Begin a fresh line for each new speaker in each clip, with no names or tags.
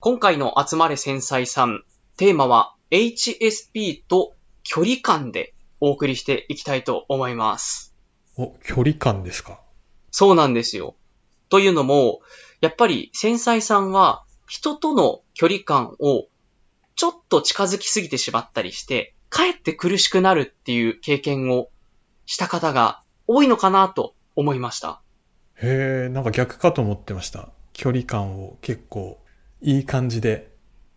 今回の集まれ繊細さん、テーマは HSP と距離感でお送りしていきたいと思います。
お、距離感ですか。
そうなんですよ。というのも、やっぱり繊細さんは人との距離感をちょっと近づきすぎてしまったりして、かえって苦しくなるっていう経験をした方が多いのかなと思いました。
へえ、なんか逆かと思ってました。距離感を結構いい感じで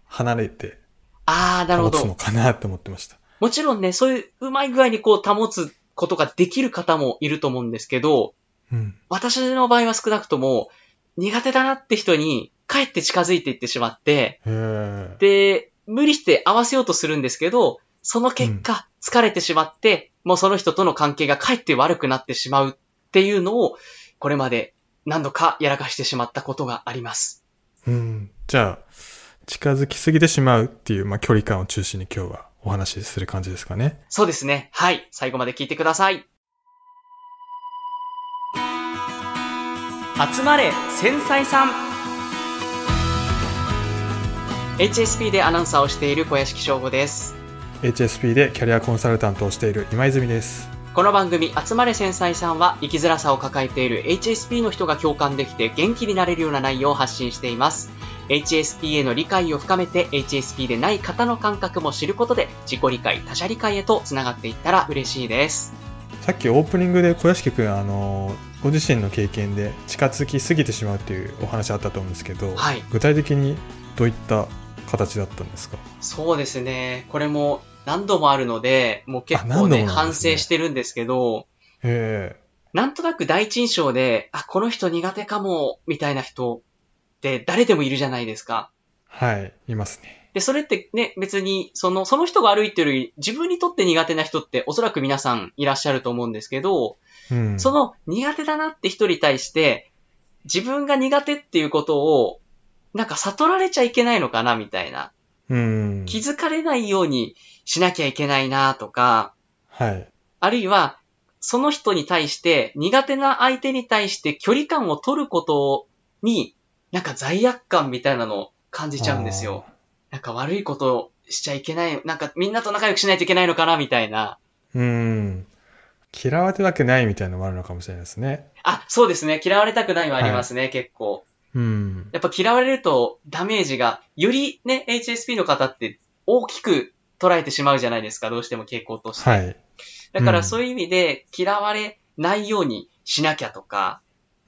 離れて
あー、なるほ
保
ど。
つのかなと思ってました。
もちろんね、そういううまい具合にこう保つことができる方もいると思うんですけど、
うん。
私の場合は少なくとも苦手だなって人に帰って近づいていってしまって、
へえ。
で、無理して合わせようとするんですけど、その結果疲れてしまって、もうその人との関係がかえって悪くなってしまうっていうのを、これまで何度かやらかしてしまったことがあります。
うん。じゃあ、近づきすぎてしまうっていう、まあ、距離感を中心に今日はお話しする感じですかね。
そうですね。はい。最後まで聞いてください。集まれ、繊細さん。HSP でアナウンサーをしている小屋敷翔吾です。
HSP でキャリアコンサルタントをしている今泉です。
この番組、集まれ繊細さんは、生きづらさを抱えている HSP の人が共感できて元気になれるような内容を発信しています。HSP への理解を深めて、HSP でない方の感覚も知ることで、自己理解、他者理解へとつながっていったら嬉しいです。
さっきオープニングで小屋敷くん、あの、ご自身の経験で近づきすぎてしまうっていうお話あったと思うんですけど、
はい
具体的にどういった形だったんですか
そうですね。これも何度もあるので、もう結
あ
構
何度
ね、
もなん
反
ですね
省してるんですけど、
へ
なんとなく第一印象で、あ、この人苦手かも、みたいな人って誰でもいるじゃないですか。
え。はい、いますね。
で、それってね、別に、その、その人が歩いてるより、自分にとって苦手な人っておそらく皆さんいらっしゃると思うんですけど、
うん。
その苦手だなって人に対して、自分が苦手っていうことを、なんか悟られちゃいけないのかな、みたいな。
うん。
気づかれないようにしなきゃいけないな、とか、
はい。
あるいは、その人に対して、苦手な相手に対して距離感を取ることに、なんか罪悪感みたいなのを感じちゃうんですよ。なんか悪いことをしちゃいけない、なんかみんなと仲良くしないといけないのかな、みたいな。
あー。うん。嫌われたくないみたいなのもあるのかもしれないですね。
あ、そうですね。嫌われたくないはありますね、結構。
うん。
やっぱ嫌われるとダメージが、よりね、HSP の方って大きく捉えてしまうじゃないですか、どうしても傾向として。
はい。
だか
う
ら
ん
そういう意味で嫌われないようにしなきゃとか、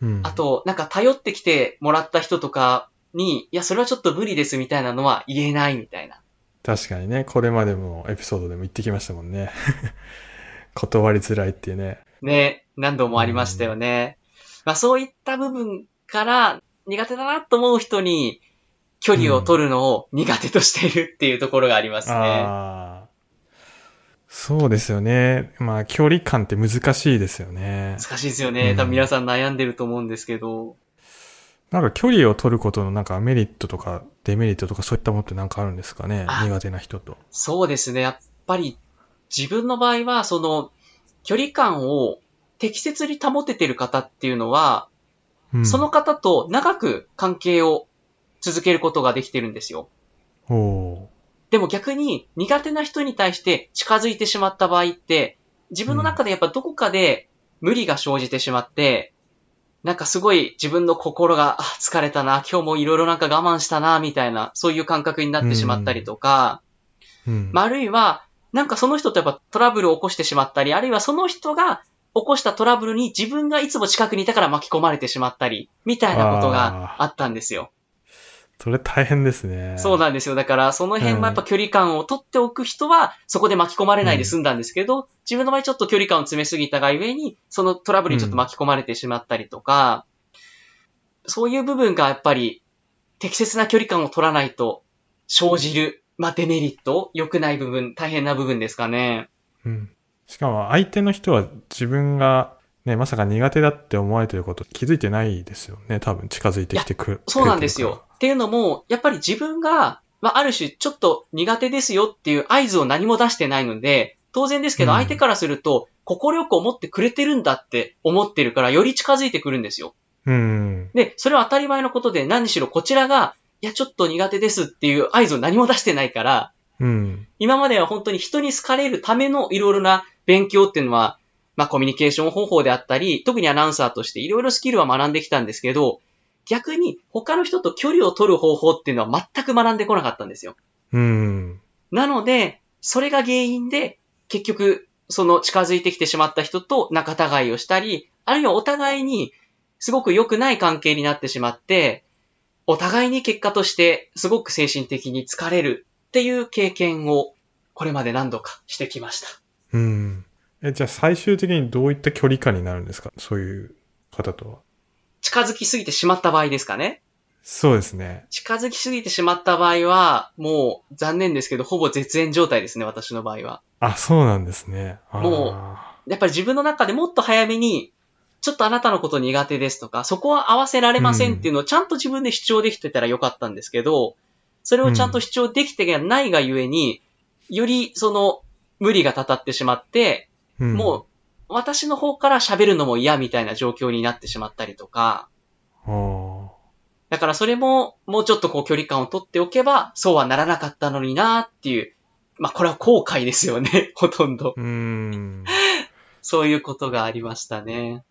うん。
あ、と、なんか頼ってきてもらった人とかに、いや、それはちょっと無理ですみたいなのは言えないみたいな。
確かにね、これまでもエピソードでも言ってきましたもんね。 断りづらいっていうね。
ね、何度もありましたよね。まあそういった部分から苦手だなと思う人に距離を取るのを苦手としているっていうところがありますね。
ああ。そうですよね。まあ、距離感って難しいですよね。
難しいですよ
う
ね。
ん
多分皆さん悩んでると思うんですけど。
なんか距離を取ることのなんかメリットとかデメリットとかそういったものってなんかあるんですかね
あ
苦手な人と。
そうですね。やっぱり自分の場合は、その距離感を適切に保ててる方っていうのは、
うん
その方と長く関係を続けることができてるんですよ。
おお
でも逆に苦手な人に対して近づいてしまった場合って、自分の中でやっぱどこかで無理が生じてしまって、なんかすごい自分の心が、あ、疲れたな、今日もいろいろなんか我慢したな、みたいな、そういう感覚になってしまったりとか、
ー。うん。
まああるいは、なんかその人とやっぱトラブルを起こしてしまったり、あるいはその人が起こしたトラブルに自分がいつも近くにいたから巻き込まれてしまったり、みたいなことがあったんですよ。
それ大変ですね。
そうなんですよ。だから、その辺はやっぱ距離感を取っておく人は、そこで巻き込まれないで済んだんですけど、自分の場合ちょっと距離感を詰めすぎたがゆえに、そのトラブルにちょっと巻き込まれてしまったりとか、そういう部分がやっぱり、適切な距離感を取らないと生じる、まあ、デメリット、良くない部分、大変な部分ですかね。
うん。しかも相手の人は自分がね、まさか苦手だって思われてること気づいてないですよね。多分近づいてきてくる。
そうなんです
くる
よ。っていうのも、やっぱり自分が、まあ、ある種ちょっと苦手ですよっていう合図を何も出してないので、当然ですけど
うん
相手からすると、心よく思ってくれてるんだって思ってるから、より近づいてくるんですよ。
から。うん。
で、それは当たり前のことで、何しろこちらがいや、ちょっと苦手ですっていう合図を何も出してないから、
うん。
今までは本当に人に好かれるためのいろいろな勉強っていうのは、まあコミュニケーション方法であったり、特にアナウンサーとしていろいろスキルは学んできたんですけど、逆に他の人と距離を取る方法っていうのは全く学んでこなかったんですよ。
うん。
なので、それが原因で、結局、その近づいてきてしまった人と仲違いをしたり、あるいはお互いに、すごく良くない関係になってしまって、お互いに結果として、すごく精神的に疲れるっていう経験を、これまで何度かしてきました。
うん。え、じゃあ最終的にどういった距離感になるんですかそういう方とは。
近づきすぎてしまった場合ですかね。
そうですね。
近づきすぎてしまった場合は、もう残念ですけど、ほぼ絶縁状態ですね、私の場合は。
あ、そうなんですね。あー
もやっぱり自分の中でもっと早めに、ちょっとあなたのこと苦手ですとか、そこは合わせられませんっていうのをちゃんと自分で主張できてたらよかったんですけど、それをちゃんと主張できてないがゆえに、よりその無理がたたってしまって、
うん、
もう私の方から喋るのも嫌みたいな状況になってしまったりとか、
う。あ
だからそれももうちょっとこう距離感を取っておけば、そうはならなかったのになっていう、まあこれは後悔ですよね、ほとんど。
ーうん。
そういうことがありましたね。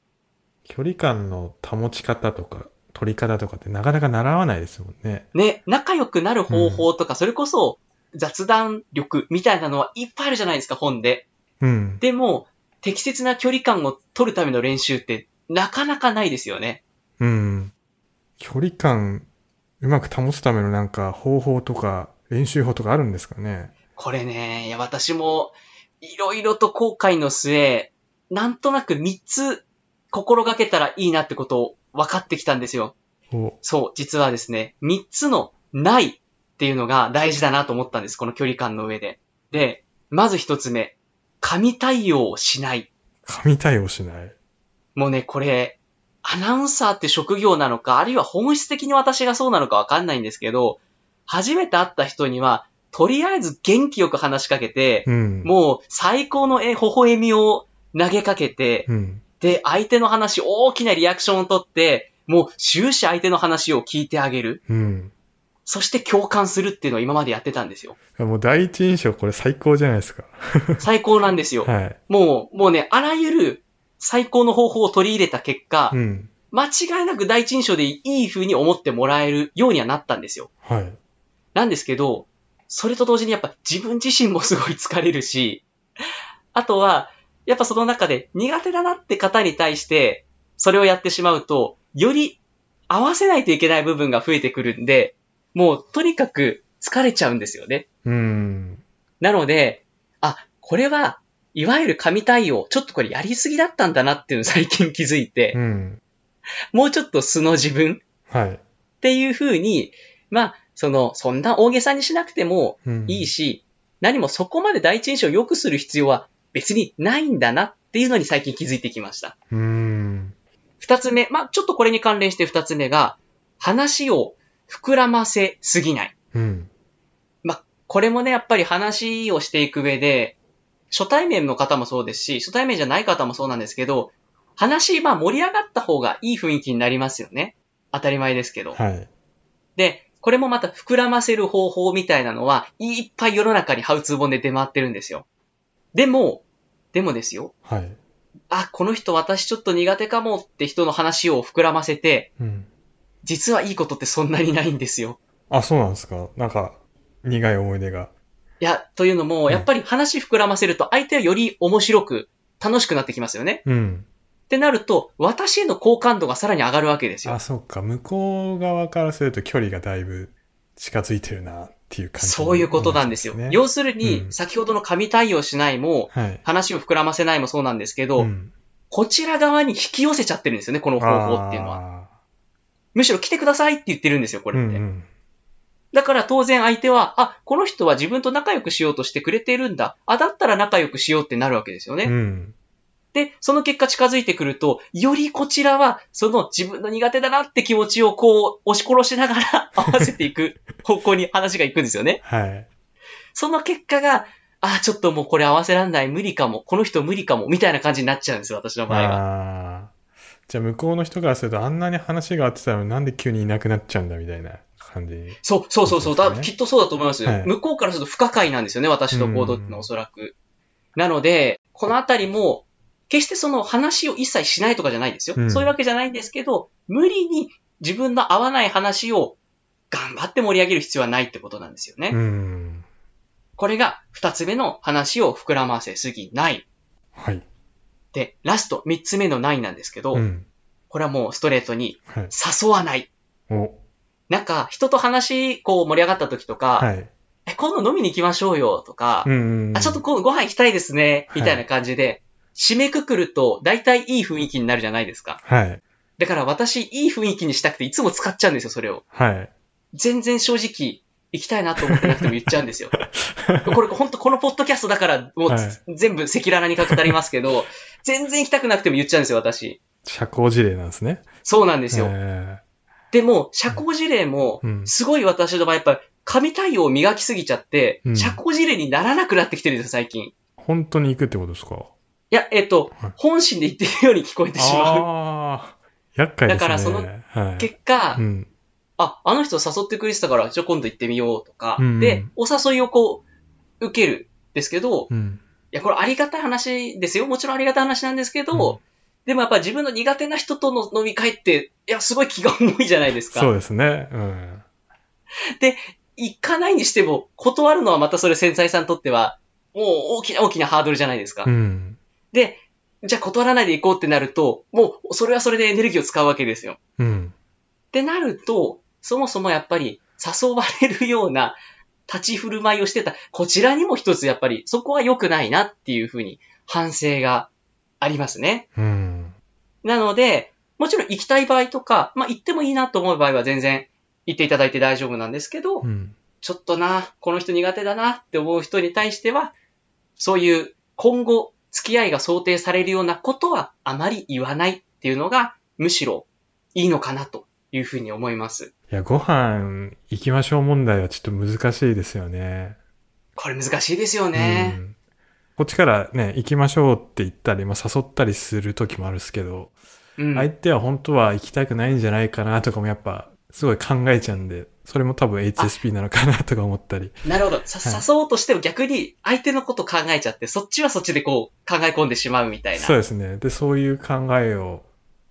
距離感の保ち方とか、取り方とかってなかなか習わないですもんね。
ね、仲良くなる方法とか、それこそ雑談力みたいなのはいっぱいあるじゃないですか、本で。
うん。
でも、適切な距離感を取るための練習ってなかなかないですよね。
うん。距離感、うまく保つためのなんか方法とか、練習法とかあるんですかね
これね、いや、私もいろいろと後悔の末、なんとなく3つ心がけたらいいなってことを分かってきたんですよ。
お、
そう、実はですね、3つのないっていうのが大事だなと思ったんです、この距離感の上で。で、まず1つ目、神対応をしない。
神対応しない。
もうね、これ、アナウンサーって職業なのか、あるいは本質的に私がそうなのかわかんないんですけど、初めて会った人には、とりあえず元気よく話しかけて、
うん。
もう最高のえ微笑みを投げかけて、
うん。
で、相手の話、大きなリアクションをとって、もう終始相手の話を聞いてあげる。
うん。
そして共感するっていうのを今までやってたんですよ。
もう第一印象これ最高じゃないですか。
最高なんですよ。
はい。
もう、もうね、あらゆる最高の方法を取り入れた結果
う、ん。
間違いなく第一印象でいい風に思ってもらえるようにはなったんですよ。
はい。
なんですけど、それと同時にやっぱ自分自身もすごい疲れるし、あとは、やっぱその中で苦手だなって方に対して、それをやってしまうと、より合わせないといけない部分が増えてくるんで、もうとにかく疲れちゃうんですよね。
うん。
なので、あ、これは、いわゆる神対応、ちょっとこれやりすぎだったんだなっていうのを最近気づいて
う、ん。
もうちょっと素の自分
はい。
っていう風に、まあ、その、そんな大げさにしなくても
うん。
いいし、何もそこまで第一印象を良くする必要は別にないんだなっていうのに最近気づいてきました。
うん。
二つ目、まあ、ちょっとこれに関連して二つ目が、話を膨らませすぎない。
うん。
これもね、やっぱり話をしていく上で、初対面の方もそうですし、初対面じゃない方もそうなんですけど、話、まあ盛り上がった方がいい雰囲気になりますよね。当たり前ですけど。
はい。
で、これもまた膨らませる方法みたいなのは、いっぱい世の中にハウツー本で出回ってるんですよ。でも、でもですよ。
はい。
あ、この人私ちょっと苦手かもって人の話を膨らませて、
うん。
実はいいことってそんなにないんですよ。
あ、そうなんですかなんか、苦い思い出が。
いや、というのも、
うん
やっぱり話膨らませると相手はより面白く、楽しくなってきますよね。
うん。
ってなると、私への好感度がさらに上がるわけですよ
あ、。そうか。向こう側からすると距離がだいぶ近づいてるなっていう感じ、
そういうことなんですよ。要する
う
に、
ん
先ほどの神対応しないも、
はい。
話を膨らませないもそうなんですけど、
ん、
こちら側に引き寄せちゃってるんですよね、この方法っていうのは。
は。
むしろ来てくださいって言ってるんですよ、こ
う
れって。
んうん。
だから当然相手は、あ、この人は自分と仲良くしようとしてくれてるんだ。あ、だったら仲良くしようってなるわけですよね。
うん。
で、その結果近づいてくると、よりこちらは、その自分の苦手だなって気持ちをこう、押し殺しながら 合わせていく方向に話が行くんですよね。
はい。
その結果が、あー、ちょっともうこれ合わせらんない、無理かも、この人無理かも、みたいな感じになっちゃうんですよ、私の場合は。
ああ。じゃあ向こうの人からするとあんなに話が合ってたのになんで急にいなくなっちゃうんだみたいな感じ。
そう、そうそうそう。だ
そうですね
きっとそうだと思います、
はい
向こうからすると不可解なんですよね、私と行動っていうのはおそらく。なので、このあたりも、決してその話を一切しないとかじゃないですよ、
うん
そういうわけじゃないんですけど、無理に自分の合わない話を頑張って盛り上げる必要はないってことなんですよね。
うん。
これが二つ目の話を膨らませすぎない。
はい。
で、ラスト三つ目のないなんですけど、
うん。
これはもうストレートに
はい。
誘わない。
お、
なんか、人と話、こう盛り上がった時とか、
はい。
え、今度飲みに行きましょうよとか、
うん。
あ、ちょっと今度ご飯行きたいですね、みたいな感じで、締めくくると大体いい雰囲気になるじゃないですか。
はい。
だから私、いい雰囲気にしたくていつも使っちゃうんですよ、それを。
はい。
全然正直、行きたいなと思ってなくても言っちゃうんです よ。これ、本当このポッドキャストだから、もう、
はい
全部赤裸々に語りますけど、全然行きたくなくても言っちゃうんですよ、私。
社交辞令なんですね。
そうなんですよ。
え
でも、社交辞令も
う、ん
すごい私の場合、やっぱ、神対応を磨きすぎちゃって
う、ん
社交辞令にならなくなってきてるんですよ、最近。い
ー本当に行くってことですか
や、えっと
はい、
本心で言ってるように聞こえてしまう。
ああー、厄介ですね。
だからその
はい、
結果、
うん。
あ、あの人誘ってくれてたから、じゃあ今度行ってみようとか、
うん
で、お誘いをこう、受けるんですけど、い
うん。
や、これありがたい話ですよ。もちろんありがたい話なんですけど、
うん
でもやっぱ自分の苦手な人との飲み会って、いや、すごい気が重いじゃないです
そう
か。
ですね。うん。
行かないにしても、断るのはまたそれ繊細さんにとっては、もう大きな大きなハードルじゃないですか。
うん。
で、じゃあ断らないで行こうってなると、もうそれはそれでエネルギーを使うわけですよ。
うん。
ってなると、そもそもやっぱり誘われるような立ち振る舞いをしてた、こちらにも一つやっぱりそこは良くないなっていうふうに反省がありますね。
うん。
なので、もちろん行きたい場合とか、まあ行ってもいいなと思う場合は全然行っていただいて大丈夫なんですけど、
うん。
ちょっとな、この人苦手だなって思う人に対しては、そういう今後付き合いが想定されるようなことはあまり言わないっていうのがむしろいいのかなというふうに思います。
いや、ご飯行きましょう問題はちょっと難しいですよね。
これ難しいですよね
う。んこっちからね、行きましょうって言ったり、まあ、誘ったりする時もあるんですけど、
うん。
相手は本当は行きたくないんじゃないかなとかもやっぱ、すごい考えちゃうんで、それも多分 HSP なのかなとか思ったり。
なるほど。さ、
はい
誘おうとしても逆に相手のこと考えちゃって、そっちはそっちでこう考え込んでしまうみたいな。
そうですね。で、そういう考えを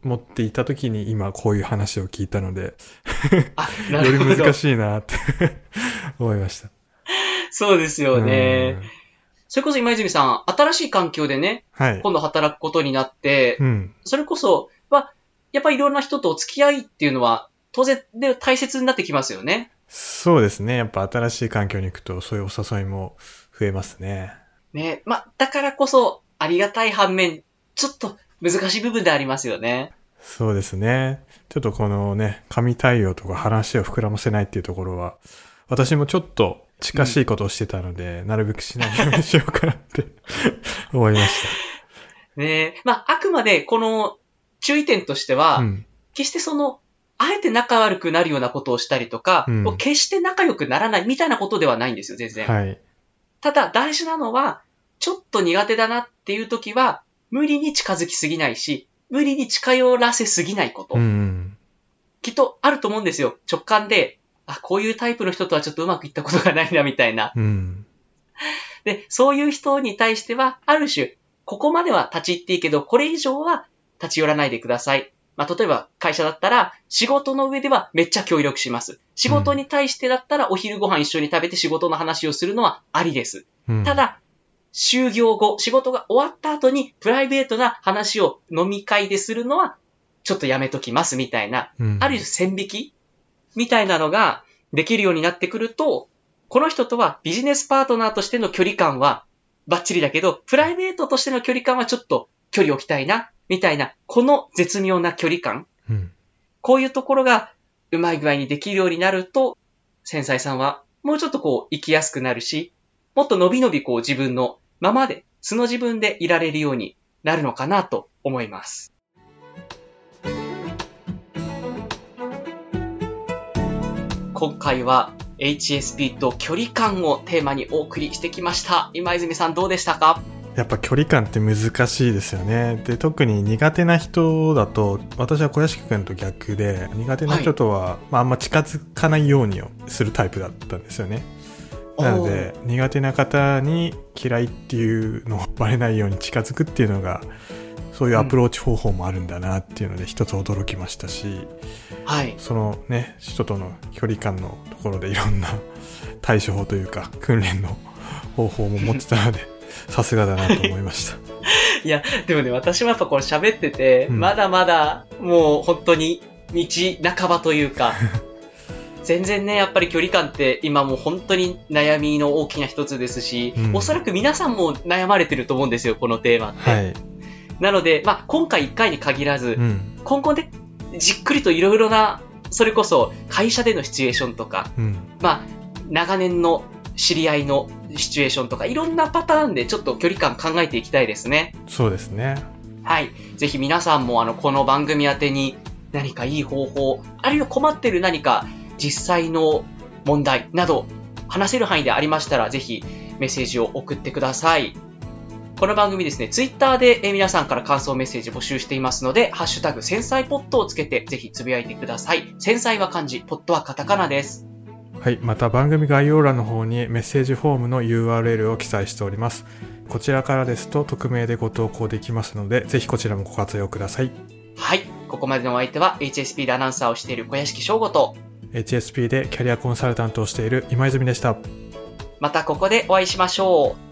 持っていた時に今こういう話を聞いたので、
あ、なる
より
ほど
難。しいなって 思いました。
そうですよね
う。ん
それこそ今泉さん、新しい環境でね、
はい。
今度働くことになって、
うん。
それこそ、は、やっぱりいろんな人とお付き合いっていうのは、当然で大切になってきますよね。
そうですね。やっぱ新しい環境に行くと、そういうお誘いも増えますね。
ね。まあ、だからこそ、ありがたい反面、ちょっと難しい部分でありますよね。
そうですね。ちょっとこのね、神対応とか話を膨らませないっていうところは、私もちょっと近しいことをしてたので、なるべくしないようにしようかなって 思いまし
ねまあ、あくまでこの注意点として
た。
は、
うん。
決してその、あえて仲悪くなるようなことをしたりとか、
うん
決して仲良くならないみたいなことではないんですよ、全然。
はい。
ただ、大事なのは、ちょっと苦手だなっていう時は、無理に近づきすぎないし、無理に近寄らせすぎないこと。
うん。
きっとあると思うんですよ、直感で。あ、こういうタイプの人とはちょっとうまくいったことがないな、みたいな。
うん。
で、そういう人に対しては、ある種、ここまでは立ち入っていいけど、これ以上は立ち寄らないでください。まあ、例えば会社だったら、仕事の上ではめっちゃ協力します。仕事に対してだったら、お昼ご飯一緒に食べて仕事の話をするのはありです。
うん
た、だ、就業後、仕事が終わった後に、プライベートな話を飲み会でするのは、ちょっとやめときます、みたいな。
うん
ある種線引きみたいなのができるようになってくると、この人とはビジネスパートナーとしての距離感はバッチリだけど、プライベートとしての距離感はちょっと距離を置きたいな、みたいな、この絶妙な距離感。
うん。
こういうところがうまい具合にできるようになると、繊細さんはもうちょっとこう生きやすくなるし、もっと伸び伸びこう自分のままで、素の自分でいられるようになるのかなと思います。今回は HSP と距離感をテーマにお送りしてきました。今泉さんどうでしたか
やっぱ距離感って難しいですよね。で、特に苦手な人だと、私は小屋敷くんと逆で、苦手な人とは、まあ、あんま近づかないようにするタイプだったんですよね。なので、苦手な方に嫌いっていうのをバレないように近づくっていうのが、そういうアプローチ方法もあるんだなっていうので、一つ驚きましたし、
はい。
そのね、人との距離感のところでいろんな 対処法というか、訓練の方法も持ってたので、さすがだなと思いました。
いや、でもね、私もやっぱこれ喋ってて、
うん
まだまだ、もう本当に、道半ばというか、 全然ね、やっぱり距離感って今もう本当に悩みの大きな一つですし、
うん
おそらく皆さんも悩まれてると思うんですよ、このテーマって。
はい。
なので、まあ、今回1回に限らず、
うん。
今後ね、じっくりといろいろな、それこそ会社でのシチュエーションとか、
うん。
まあ、長年の知り合いのシチュエーションとか、いろんなパターンでちょっと距離感考えていきたいですね。
そうですね。
はい。ぜひ皆さんも、あの、この番組宛てに何かいい方法、あるいは困ってる何か実際の問題など、話せる範囲でありましたら、ぜひメッセージを送ってください。この番組ですね、ツイッターでえー皆さんから感想メッセージ募集していますので、ハッシュタグ、繊細ポットをつけて、ぜひつぶやいてください。繊細は漢字、ポットはカタカナです。
はい。また番組概要欄の方にメッセージフォームの URL を記載しております。こちらからですと匿名でご投稿できますので、ぜひこちらもご活用ください。
はい。ここまでのお相手は、HSP でアナウンサーをしている小屋敷翔吾と、
HSP でキャリアコンサルタントをしている今泉でした。
またここでお会いしましょう。